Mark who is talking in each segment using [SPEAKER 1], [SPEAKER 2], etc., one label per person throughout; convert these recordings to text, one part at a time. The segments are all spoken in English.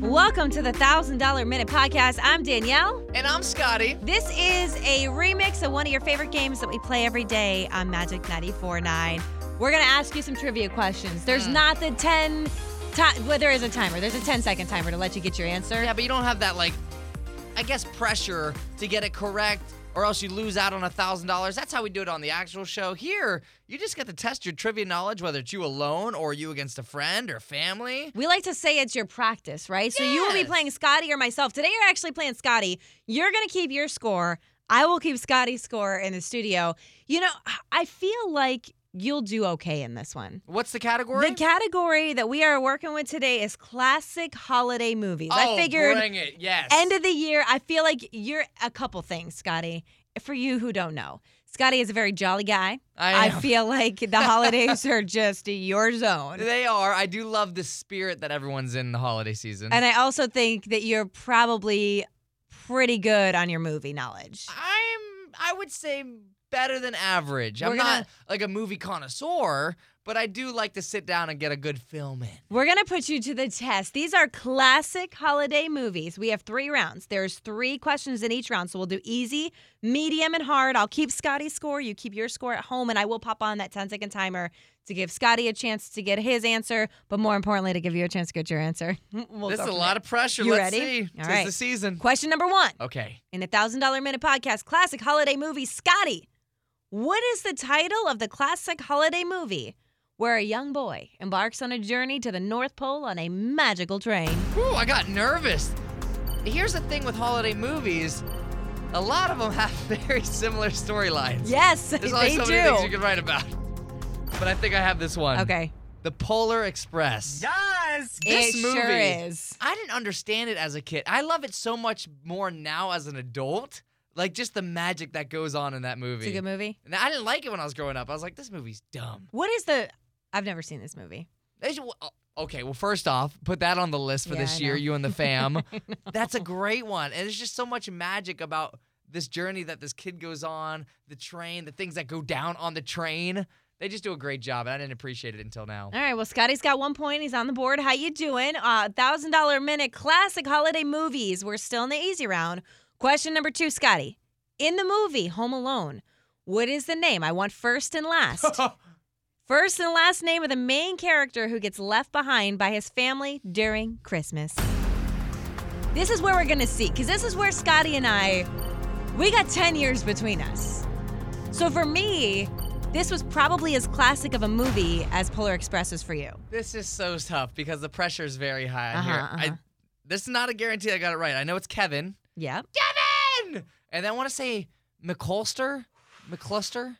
[SPEAKER 1] Welcome to the Thousand Dollar Minute Podcast. I'm Danielle.
[SPEAKER 2] And I'm Scotty.
[SPEAKER 1] This is a remix of one of your favorite games that we play every day on Magic 94.9. We're going to ask you some trivia questions. There's not the 10, ti- well, there is a timer. There's a 10 second timer to let you get your answer.
[SPEAKER 2] Yeah, but you don't have that like, I guess pressure to get it correct, or else you lose out on a thousand dollars. That's how we do it on the actual show. Here, you just get to test your trivia knowledge, whether it's you alone or you against a friend or family.
[SPEAKER 1] We like to say it's your practice, right? So you will be
[SPEAKER 2] Yes.
[SPEAKER 1] playing Scotty or myself. Today you're actually playing Scotty. You're going to keep your score. I will keep Scotty's score in the studio. You know, I feel like you'll do okay in this one.
[SPEAKER 2] What's the category?
[SPEAKER 1] The category that we are working with today is classic holiday movies.
[SPEAKER 2] oh,
[SPEAKER 1] I figured
[SPEAKER 2] bring it. Yes.
[SPEAKER 1] end of the year, I feel like you're a couple things, Scotty. For you who don't know, Scotty is a very jolly guy.
[SPEAKER 2] I am.
[SPEAKER 1] feel like the holidays are just your zone.
[SPEAKER 2] they are. I do love the spirit that everyone's in the holiday season.
[SPEAKER 1] And I also think that you're probably pretty good on your movie knowledge.
[SPEAKER 2] I'm I would say better than average.
[SPEAKER 1] We're
[SPEAKER 2] I'm
[SPEAKER 1] gonna-
[SPEAKER 2] not like a movie connoisseur, but I do like to sit down and get a good film in.
[SPEAKER 1] We're going to put you to the test. These are classic holiday movies. We have three rounds. There's three questions in each round. So we'll do easy, medium, and hard. I'll keep Scotty's score. You keep your score at home. And I will pop on that 10 second timer to give Scotty a chance to get his answer, but more importantly, to give you a chance to get your answer. We'll
[SPEAKER 2] this
[SPEAKER 1] go
[SPEAKER 2] is a
[SPEAKER 1] from
[SPEAKER 2] lot of pressure.
[SPEAKER 1] You
[SPEAKER 2] Let's
[SPEAKER 1] ready?
[SPEAKER 2] see.
[SPEAKER 1] All
[SPEAKER 2] Tis
[SPEAKER 1] right.
[SPEAKER 2] the season.
[SPEAKER 1] there. Question number one
[SPEAKER 2] Okay.
[SPEAKER 1] in the $1,000 Minute Podcast Classic Holiday Movie, Scotty. What is the title of the classic holiday movie where a young boy embarks on a journey to the North Pole on a magical train?
[SPEAKER 2] Ooh, I got nervous. Here's the thing with holiday movies. A lot of them have very similar storylines.
[SPEAKER 1] Yes,
[SPEAKER 2] There's only
[SPEAKER 1] they
[SPEAKER 2] so
[SPEAKER 1] do.
[SPEAKER 2] many things you can write about. But I think I have this one.
[SPEAKER 1] okay,
[SPEAKER 2] The Polar Express.
[SPEAKER 3] Yes.
[SPEAKER 2] This
[SPEAKER 1] it
[SPEAKER 2] movie.
[SPEAKER 1] sure is.
[SPEAKER 2] I didn't understand it as a kid. I love it so much more now as an adult. Like just the magic that goes on in that movie.
[SPEAKER 1] It's a good movie.
[SPEAKER 2] And I didn't like it when I was growing up. I was like, this movie's dumb.
[SPEAKER 1] What is the? I've never seen this movie.
[SPEAKER 2] They should- well, oh, Okay, well, first off, put that on the list for
[SPEAKER 1] Yeah, I
[SPEAKER 2] this year,
[SPEAKER 1] know.
[SPEAKER 2] you and the fam. That's a great one. And there's just so much magic about this journey that this kid goes on, the train, the things that go down on the train. They just do a great job, and I didn't appreciate it until now.
[SPEAKER 1] All right, well, Scotty's got one point. He's on the board. How you doing? Uh, Thousand dollar minute classic holiday movies. We're still in the easy round. Question number two, Scotty. In the movie Home Alone, what is the name? I want first and last. first and last name of the main character who gets left behind by his family during Christmas. This is where we're gonna see, because this is where Scotty and I, we got 10 years between us. So for me, this was probably as classic of a movie as Polar Express is for you.
[SPEAKER 2] This is so tough because the pressure is very high on
[SPEAKER 1] Uh-huh,
[SPEAKER 2] here.
[SPEAKER 1] uh-huh.
[SPEAKER 2] I, this is not a guarantee I got it right. I know it's Kevin.
[SPEAKER 1] Yep.
[SPEAKER 2] And then I want to say McColster? McCluster?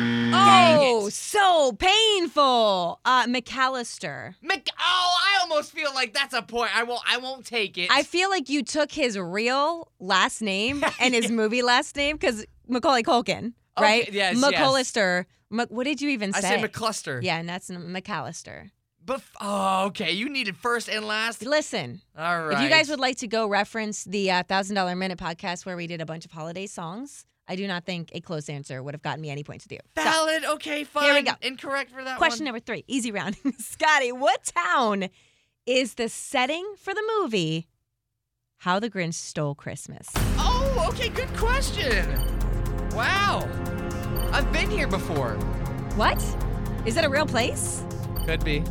[SPEAKER 1] Oh, so painful. Uh, McAllister.
[SPEAKER 2] Mc- oh, I almost feel like that's a point. I won't. I won't take it.
[SPEAKER 1] I feel like you took his real last name and his movie last name because Macaulay Culkin,
[SPEAKER 2] Okay,
[SPEAKER 1] right?
[SPEAKER 2] yes, yes.
[SPEAKER 1] McCollister. Mc- what did you even
[SPEAKER 2] I
[SPEAKER 1] say?
[SPEAKER 2] said McCluster.
[SPEAKER 1] Yeah, and that's McAllister.
[SPEAKER 2] But f- oh, okay. You needed first and last.
[SPEAKER 1] Listen,
[SPEAKER 2] All right.
[SPEAKER 1] If you guys would like to go reference the uh, Thousand Dollar Minute podcast where we did a bunch of holiday songs, I do not think a close answer would have gotten me any points with you. So,
[SPEAKER 2] valid. Okay, fine.
[SPEAKER 1] Here we go.
[SPEAKER 2] Incorrect for that
[SPEAKER 1] question
[SPEAKER 2] one.
[SPEAKER 1] number three, easy round. Scotty, what town is the setting for the movie How the Grinch Stole Christmas?
[SPEAKER 2] Oh, okay. Good question. Wow. I've been here before.
[SPEAKER 1] What? Is it a real place?
[SPEAKER 2] Could be.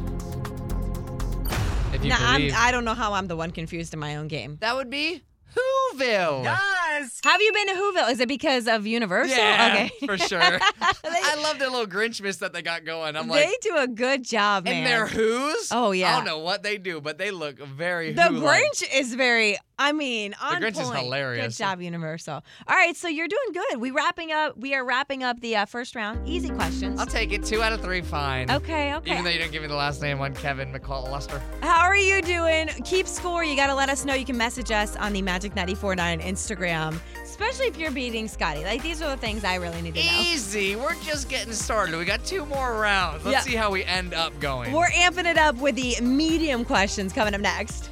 [SPEAKER 2] If you
[SPEAKER 1] No, I'm,
[SPEAKER 2] believe.
[SPEAKER 1] I don't know how I'm the one confused in my own game.
[SPEAKER 2] that would be Whoville.
[SPEAKER 3] Yes.
[SPEAKER 1] Have you been to Whoville? Is it because of Universal?
[SPEAKER 2] Yeah,
[SPEAKER 1] okay.
[SPEAKER 2] for sure. I love the little Grinchmas that they got going. I'm like,
[SPEAKER 1] they do a good job, man.
[SPEAKER 2] and they're who's?
[SPEAKER 1] Oh,
[SPEAKER 2] I
[SPEAKER 1] yeah.
[SPEAKER 2] don't know what they do, but they look very
[SPEAKER 1] The
[SPEAKER 2] Who-like.
[SPEAKER 1] Grinch is very. I mean, on
[SPEAKER 2] Grinch is
[SPEAKER 1] point.
[SPEAKER 2] hilarious.
[SPEAKER 1] Good job, Universal. All right, so you're doing good. We wrapping up. We are wrapping up the uh, first round. Easy questions.
[SPEAKER 2] I'll take it. Two out of three, fine.
[SPEAKER 1] Okay,
[SPEAKER 2] Even though
[SPEAKER 1] okay.
[SPEAKER 2] you didn't give me the last name on Kevin McCall Luster.
[SPEAKER 1] How are you doing? going to keep score, you got to let us know. You can message us on the Magic949 Instagram, especially if you're beating Scotty. Like, these are the things I really need to know.
[SPEAKER 2] Easy. We're just getting started. We got two more rounds. Let's
[SPEAKER 1] Yeah.
[SPEAKER 2] see how we end up going.
[SPEAKER 1] We're amping it up with the medium questions coming up next.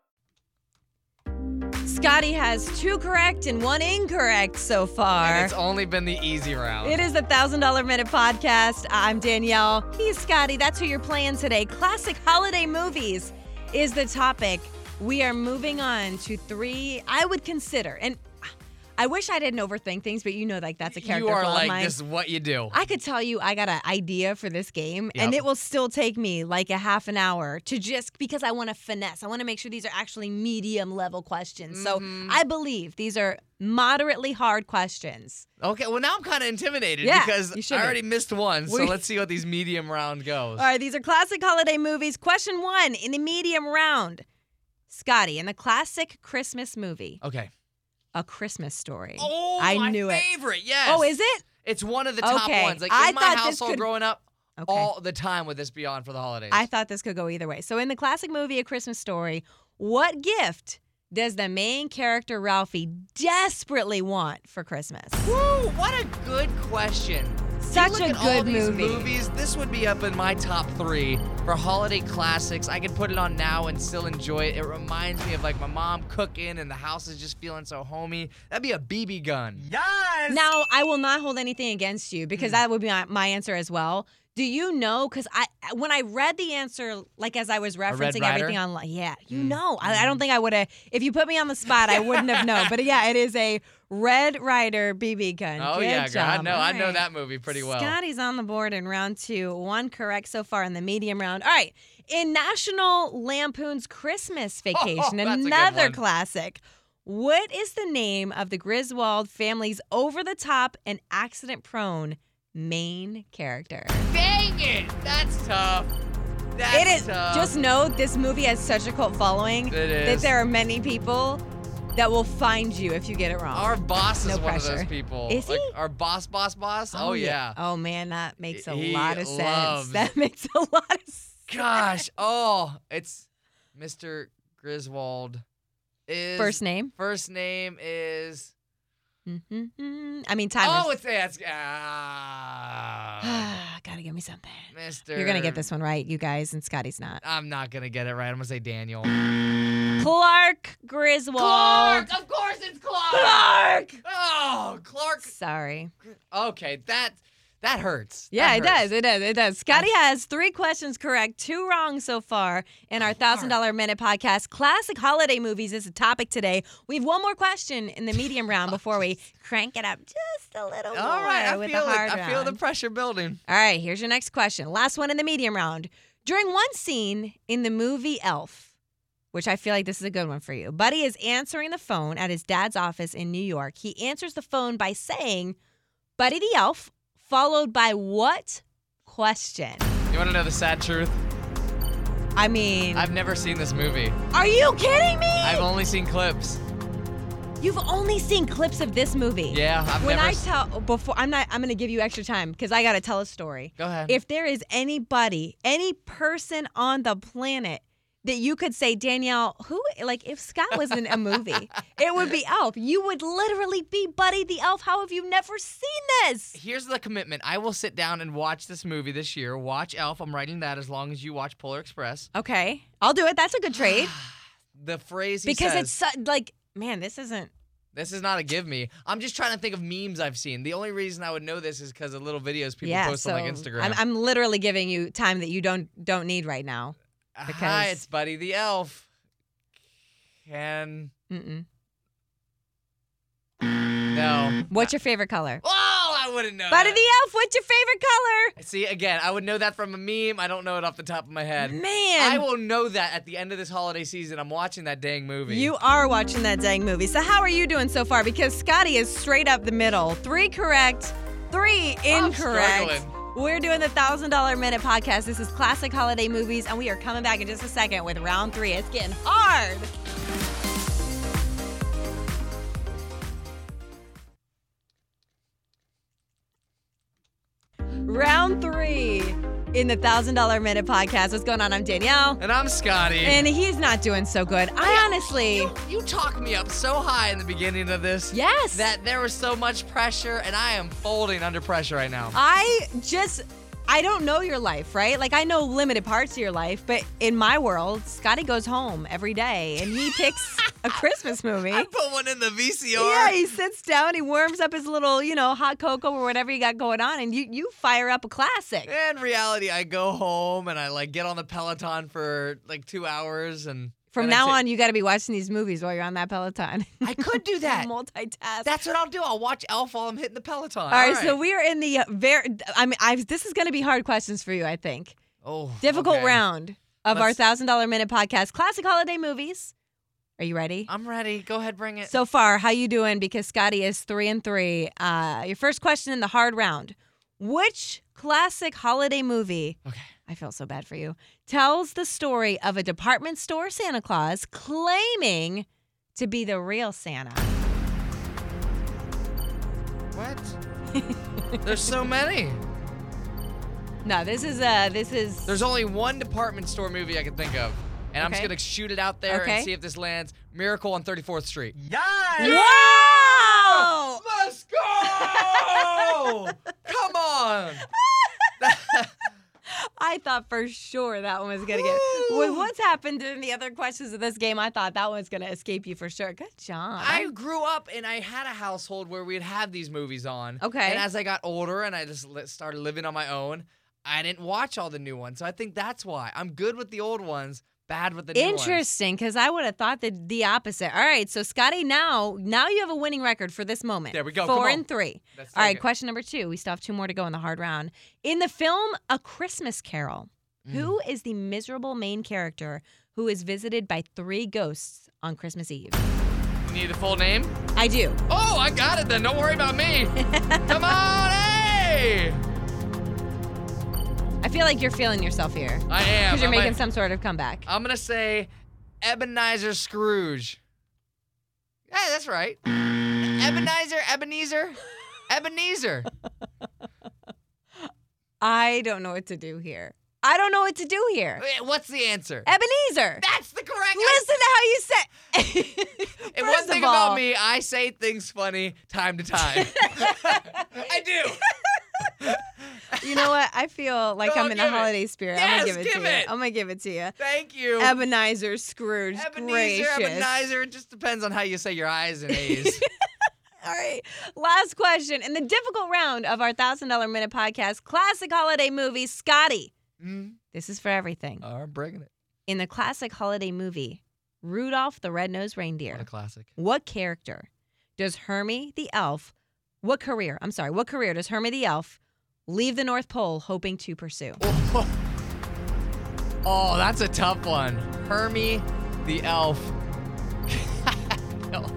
[SPEAKER 1] Scotty has two correct and one incorrect so far.
[SPEAKER 2] And it's only been the easy round.
[SPEAKER 1] It is the Thousand Dollar Minute Podcast. I'm Danielle. He's Scotty. That's who you're playing today. Classic holiday movies is the topic. We are moving on to three I would consider, and I wish I didn't overthink things, but you know, like that's a character
[SPEAKER 2] You are
[SPEAKER 1] flaw of
[SPEAKER 2] like,
[SPEAKER 1] mine.
[SPEAKER 2] this is what you do.
[SPEAKER 1] I could tell you I got an idea for this game, and
[SPEAKER 2] Yep.
[SPEAKER 1] it will still take me like a half an hour to just because I want to finesse. I want to make sure these are actually medium level questions.
[SPEAKER 2] Mhm.
[SPEAKER 1] So I believe these are moderately hard questions.
[SPEAKER 2] okay, well, now I'm kind of intimidated
[SPEAKER 1] Yeah,
[SPEAKER 2] because
[SPEAKER 1] you should
[SPEAKER 2] I
[SPEAKER 1] be.
[SPEAKER 2] already missed one. So
[SPEAKER 1] We-
[SPEAKER 2] let's see how these medium round goes.
[SPEAKER 1] All right, these are classic holiday movies. Question one in the medium round. Scotty, in the classic Christmas movie,
[SPEAKER 2] Okay.
[SPEAKER 1] A Christmas Story.
[SPEAKER 2] Oh,
[SPEAKER 1] I
[SPEAKER 2] my
[SPEAKER 1] knew it.
[SPEAKER 2] favorite. Yes.
[SPEAKER 1] Oh, is it?
[SPEAKER 2] It's one of the top
[SPEAKER 1] Okay,
[SPEAKER 2] ones. Like
[SPEAKER 1] I
[SPEAKER 2] in my
[SPEAKER 1] thought this
[SPEAKER 2] household
[SPEAKER 1] could-
[SPEAKER 2] growing up,
[SPEAKER 1] Okay.
[SPEAKER 2] all the time would this be on for the holidays.
[SPEAKER 1] I thought this could go either way. So, in the classic movie A Christmas Story, what gift does the main character Ralphie desperately want for Christmas?
[SPEAKER 2] Woo! What a good question. You
[SPEAKER 1] Such
[SPEAKER 2] look
[SPEAKER 1] a
[SPEAKER 2] at all
[SPEAKER 1] good
[SPEAKER 2] these
[SPEAKER 1] movie.
[SPEAKER 2] Movies. This would be up in my top three for holiday classics. I could put it on now and still enjoy it. It reminds me of like my mom cooking and the house is just feeling so homey. That'd be a BB gun.
[SPEAKER 1] Now, I will not hold anything against you
[SPEAKER 2] Mm.
[SPEAKER 1] because that would be my, my answer as well. Do you know? Because I, when I read the answer, like as I was
[SPEAKER 2] Red
[SPEAKER 1] referencing
[SPEAKER 2] Rider? Mm.
[SPEAKER 1] everything online, yeah, you know, I, I don't think I would have. If you put me on the spot, I wouldn't have known. But yeah, it is a Red Rider BB gun.
[SPEAKER 2] Oh
[SPEAKER 1] Good
[SPEAKER 2] yeah, girl. I
[SPEAKER 1] job.
[SPEAKER 2] know.
[SPEAKER 1] All
[SPEAKER 2] I know
[SPEAKER 1] right.
[SPEAKER 2] that movie pretty well.
[SPEAKER 1] Scotty's on the board in round two. One correct so far in the medium round. All right. In National Lampoon's Christmas Vacation,
[SPEAKER 2] Oh, that's a good
[SPEAKER 1] another
[SPEAKER 2] one.
[SPEAKER 1] classic. What is the name of the Griswold family's over the top and accident prone main character?
[SPEAKER 2] Dang it! That's tough. That's
[SPEAKER 1] it is.
[SPEAKER 2] tough.
[SPEAKER 1] Just know this movie has such a cult following
[SPEAKER 2] It
[SPEAKER 1] that
[SPEAKER 2] is.
[SPEAKER 1] there are many people that will find you if you get it wrong.
[SPEAKER 2] Our boss
[SPEAKER 1] No
[SPEAKER 2] is one of
[SPEAKER 1] pressure.
[SPEAKER 2] those people.
[SPEAKER 1] Is
[SPEAKER 2] Like,
[SPEAKER 1] he?
[SPEAKER 2] our boss, boss, boss. Oh, yeah.
[SPEAKER 1] Oh, man, that makes a
[SPEAKER 2] He
[SPEAKER 1] lot of sense.
[SPEAKER 2] loves-
[SPEAKER 1] That makes a lot of sense.
[SPEAKER 2] Gosh. Oh, it's Mr. Griswold. Is
[SPEAKER 1] First name?
[SPEAKER 2] First name is.
[SPEAKER 1] Mm-hmm. I mean, time.
[SPEAKER 2] oh, it's that's ah,
[SPEAKER 1] Gotta give me something.
[SPEAKER 2] Mr.
[SPEAKER 1] You're gonna get this one right, you guys, and Scotty's not.
[SPEAKER 2] I'm not gonna get it right. I'm gonna say Daniel.
[SPEAKER 1] Clark Griswold.
[SPEAKER 2] Clark. Of course, it's Clark.
[SPEAKER 1] Clark!
[SPEAKER 2] Oh, Clark.
[SPEAKER 1] Sorry.
[SPEAKER 2] Okay, that that hurts.
[SPEAKER 1] Yeah,
[SPEAKER 2] That
[SPEAKER 1] it
[SPEAKER 2] hurts.
[SPEAKER 1] does. It does. It does. Scotty has three questions correct, two wrong so far in
[SPEAKER 2] Oh,
[SPEAKER 1] our thousand dollar minute podcast. Classic holiday movies is the topic today. We have one more question in the medium round before we crank it up just a little more
[SPEAKER 2] All right, I
[SPEAKER 1] with
[SPEAKER 2] feel
[SPEAKER 1] the
[SPEAKER 2] it.
[SPEAKER 1] hard
[SPEAKER 2] I feel the
[SPEAKER 1] round.
[SPEAKER 2] pressure building.
[SPEAKER 1] All right, here's your next question. Last one in the medium round. During one scene in the movie Elf, which I feel like this is a good one for you, Buddy is answering the phone at his dad's office in New York. He answers the phone by saying, Buddy the Elf, followed by what question?
[SPEAKER 2] You want to know the sad truth?
[SPEAKER 1] I mean,
[SPEAKER 2] I've never seen this movie.
[SPEAKER 1] are you kidding me?
[SPEAKER 2] I've only seen clips.
[SPEAKER 1] You've only seen clips of this movie.
[SPEAKER 2] Yeah, I've
[SPEAKER 1] when
[SPEAKER 2] never.
[SPEAKER 1] I
[SPEAKER 2] s-
[SPEAKER 1] tell before I'm not I'm going to give you extra time cuz I got to tell a story.
[SPEAKER 2] Go ahead.
[SPEAKER 1] If there is anybody, any person on the planet that you could say, Danielle, who, like, if Scott was in a movie, it would be Elf. You would literally be Buddy the Elf. How have you never seen this?
[SPEAKER 2] Here's the commitment. I will sit down and watch this movie this year. Watch Elf. I'm writing that as long as you watch Polar Express.
[SPEAKER 1] Okay, I'll do it. That's a good trade
[SPEAKER 2] The phrase he
[SPEAKER 1] because
[SPEAKER 2] says,
[SPEAKER 1] it's so, like, man, this isn't.
[SPEAKER 2] this is not a give me. I'm just trying to think of memes I've seen. The only reason I would know this is because of little videos people
[SPEAKER 1] yeah,
[SPEAKER 2] post
[SPEAKER 1] so
[SPEAKER 2] on like Instagram.
[SPEAKER 1] I'm, I'm literally giving you time that you don't don't need right now.
[SPEAKER 2] Hi,
[SPEAKER 1] because-
[SPEAKER 2] it's Buddy the Elf. Can
[SPEAKER 1] Mm-mm.
[SPEAKER 2] no. Uh,
[SPEAKER 1] What's your favorite color?
[SPEAKER 2] Oh, I I wouldn't know.
[SPEAKER 1] Buddy
[SPEAKER 2] that.
[SPEAKER 1] the Elf, what's your favorite color?
[SPEAKER 2] See, again, I would know that from a meme. I don't know it off the top of my head.
[SPEAKER 1] Man.
[SPEAKER 2] I will know that at the end of this holiday season. I'm watching that dang movie.
[SPEAKER 1] You are watching that dang movie. So how are you doing so far? Because Scotty is straight up the middle. Three correct, three
[SPEAKER 2] I'm
[SPEAKER 1] incorrect.
[SPEAKER 2] struggling.
[SPEAKER 1] We're doing the thousand dollar minute podcast. This is classic holiday movies, and we are coming back in just a second with round three. It's getting hard. Round three in the thousand dollar minute podcast. What's going on? I'm Danielle.
[SPEAKER 2] and I'm Scotty.
[SPEAKER 1] And he's not doing so good. I honestly,
[SPEAKER 2] you, you talked me up so high in the beginning of this.
[SPEAKER 1] yes.
[SPEAKER 2] That there was so much pressure, and I am folding under pressure right now.
[SPEAKER 1] I just, I don't know your life, right? Like, I know limited parts of your life, but in my world, Scotty goes home every day and he picks a Christmas movie.
[SPEAKER 2] I put one in the VCR.
[SPEAKER 1] Yeah, he sits down, he warms up his little, you know, hot cocoa or whatever you got going on, and you you fire up a classic.
[SPEAKER 2] In reality, I go home and I like get on the Peloton for like two hours, and
[SPEAKER 1] From
[SPEAKER 2] and I
[SPEAKER 1] now
[SPEAKER 2] ta-
[SPEAKER 1] on, you got to be watching these movies while you're on that Peloton.
[SPEAKER 2] I could do that.
[SPEAKER 1] Multitask.
[SPEAKER 2] That's what I'll do. I'll watch Elf while I'm hitting the Peloton.
[SPEAKER 1] All right, so we are in the very. I mean, I've, this is going to be hard questions for you, I think.
[SPEAKER 2] oh,
[SPEAKER 1] Difficult
[SPEAKER 2] okay.
[SPEAKER 1] round of our
[SPEAKER 2] Let's-
[SPEAKER 1] thousand dollar minute podcast, classic holiday movies. Are you ready?
[SPEAKER 2] I'm ready. Go ahead, bring it.
[SPEAKER 1] So far, how you doing? Because Scotty is three and three. Uh, your first question in the hard round: Which classic holiday movie?
[SPEAKER 2] okay.
[SPEAKER 1] I feel so bad for you. Tells the story of a department store Santa Claus claiming to be the real Santa.
[SPEAKER 2] What? There's so many.
[SPEAKER 1] No, this is uh this is
[SPEAKER 2] There's only one department store movie I can think of. And I'm just
[SPEAKER 1] Okay.
[SPEAKER 2] gonna shoot it out there
[SPEAKER 1] Okay.
[SPEAKER 2] and see if this lands. Miracle on 34th Street.
[SPEAKER 1] wow.
[SPEAKER 2] Let's go! Come on!
[SPEAKER 1] I thought for sure that one was gonna get. With what's happened in the other questions of this game, I thought that one was gonna escape you for sure. Good job.
[SPEAKER 2] I grew up and I had a household where we'd have these movies on.
[SPEAKER 1] Okay.
[SPEAKER 2] And as I got older and I just li- started living on my own, I didn't watch all the new ones. So I think that's why. I'm good with the old ones, bad with the new ones.
[SPEAKER 1] Interesting, because I would have thought that the opposite. All right, so Scotty, now now you have a winning record for this moment.
[SPEAKER 2] There we go,
[SPEAKER 1] Four
[SPEAKER 2] come on.
[SPEAKER 1] and three.
[SPEAKER 2] Let's
[SPEAKER 1] All
[SPEAKER 2] take
[SPEAKER 1] right,
[SPEAKER 2] it.
[SPEAKER 1] question number two. We still have two more to go in the hard round. In the film A Christmas Carol, who
[SPEAKER 2] Mm.
[SPEAKER 1] is the miserable main character who is visited by three ghosts on Christmas Eve?
[SPEAKER 2] You need the full name?
[SPEAKER 1] I do.
[SPEAKER 2] Oh, I got it then. Don't worry about me. Come on, hey!
[SPEAKER 1] I feel like you're feeling yourself here
[SPEAKER 2] I am.
[SPEAKER 1] because you're
[SPEAKER 2] I'm
[SPEAKER 1] making
[SPEAKER 2] a-
[SPEAKER 1] some sort of comeback.
[SPEAKER 2] I'm gonna say Ebenezer Scrooge. Yeah, that's right. Ebenezer, Ebenezer, Ebenezer.
[SPEAKER 1] I don't know what to do here. I don't know what to do here.
[SPEAKER 2] Wait, What's the answer?
[SPEAKER 1] Ebenezer,
[SPEAKER 2] That's the correct
[SPEAKER 1] listen to how you said.
[SPEAKER 2] answer.
[SPEAKER 1] First
[SPEAKER 2] And one thing
[SPEAKER 1] of all,
[SPEAKER 2] about me, I say things funny time to time. I do.
[SPEAKER 1] you know what? I feel like
[SPEAKER 2] No,
[SPEAKER 1] I'm in the
[SPEAKER 2] give it.
[SPEAKER 1] holiday spirit. I'm
[SPEAKER 2] Yes,
[SPEAKER 1] gonna give it
[SPEAKER 2] give
[SPEAKER 1] to
[SPEAKER 2] it.
[SPEAKER 1] you. I'm gonna give it to you.
[SPEAKER 2] Thank you.
[SPEAKER 1] Ebenezer Scrooge.
[SPEAKER 2] Ebenezer,
[SPEAKER 1] gracious.
[SPEAKER 2] Ebenezer. It just depends on how you say your eyes and A's.
[SPEAKER 1] All right. Last question in the difficult round of our thousand dollar minute podcast, classic holiday movie. Scotty,
[SPEAKER 2] mm.
[SPEAKER 1] this is for everything.
[SPEAKER 2] Oh, I'm breaking it.
[SPEAKER 1] In the classic holiday movie, Rudolph the Red-Nosed Reindeer.
[SPEAKER 2] What a classic.
[SPEAKER 1] What character does Hermie the elf, what career, I'm sorry, what career does Hermie the elf leave the North Pole hoping to pursue?
[SPEAKER 2] Oh, that's a tough one. Hermie the elf. no idea.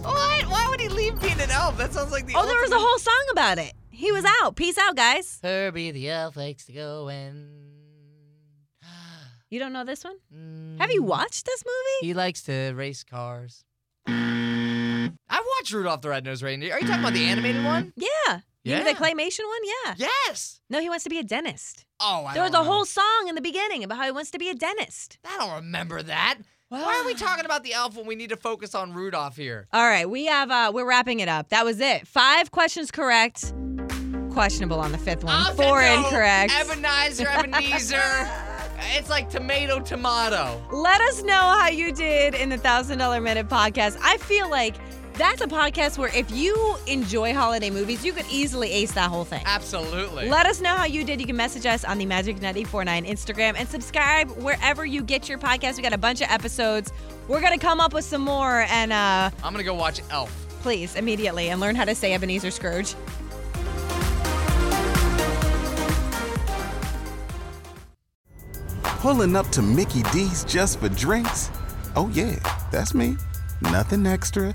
[SPEAKER 2] what? Why would he leave being an elf? That sounds like the.
[SPEAKER 1] Oh, there was a
[SPEAKER 2] ultimate-
[SPEAKER 1] whole song about it. He was
[SPEAKER 2] Mm-hmm.
[SPEAKER 1] out. Peace out, guys.
[SPEAKER 2] Herbie the elf likes to go and.
[SPEAKER 1] You don't know this one?
[SPEAKER 2] Mm,
[SPEAKER 1] Have you watched this movie?
[SPEAKER 2] He likes to race cars. I watched Rudolph the Red-Nosed Reindeer. Are you talking about the animated one?
[SPEAKER 1] Yeah. You mean
[SPEAKER 2] Yeah.
[SPEAKER 1] the claymation one? Yeah.
[SPEAKER 2] Yes.
[SPEAKER 1] No, he wants to be a dentist.
[SPEAKER 2] Oh, I
[SPEAKER 1] there
[SPEAKER 2] don't
[SPEAKER 1] was a
[SPEAKER 2] know.
[SPEAKER 1] whole song in the beginning about how he wants to be a dentist.
[SPEAKER 2] I don't remember that. Why are we talking about the elf when we need to focus on Rudolph here?
[SPEAKER 1] All right, we have uh we're wrapping it up. That was it. Five questions correct. Questionable on the fifth one.
[SPEAKER 2] I'll
[SPEAKER 1] Four
[SPEAKER 2] take no
[SPEAKER 1] incorrect.
[SPEAKER 2] Ebenezer, Ebenezer. it's like tomato, tomato.
[SPEAKER 1] Let us know how you did in the Thousand Dollar Minute podcast. I feel like that's a podcast where if you enjoy holiday movies, you could easily ace that whole thing.
[SPEAKER 2] Absolutely.
[SPEAKER 1] Let us know how you did. You can message us on the Magic 949 Instagram and subscribe wherever you get your podcast. We got a bunch of episodes. We're going to come up with some more and uh,
[SPEAKER 2] I'm gonna go watch Elf.
[SPEAKER 1] please, immediately, and learn how to say Ebenezer Scrooge.
[SPEAKER 4] Pulling up to Mickey D's just for drinks? Oh, yeah, that's me. Nothing extra,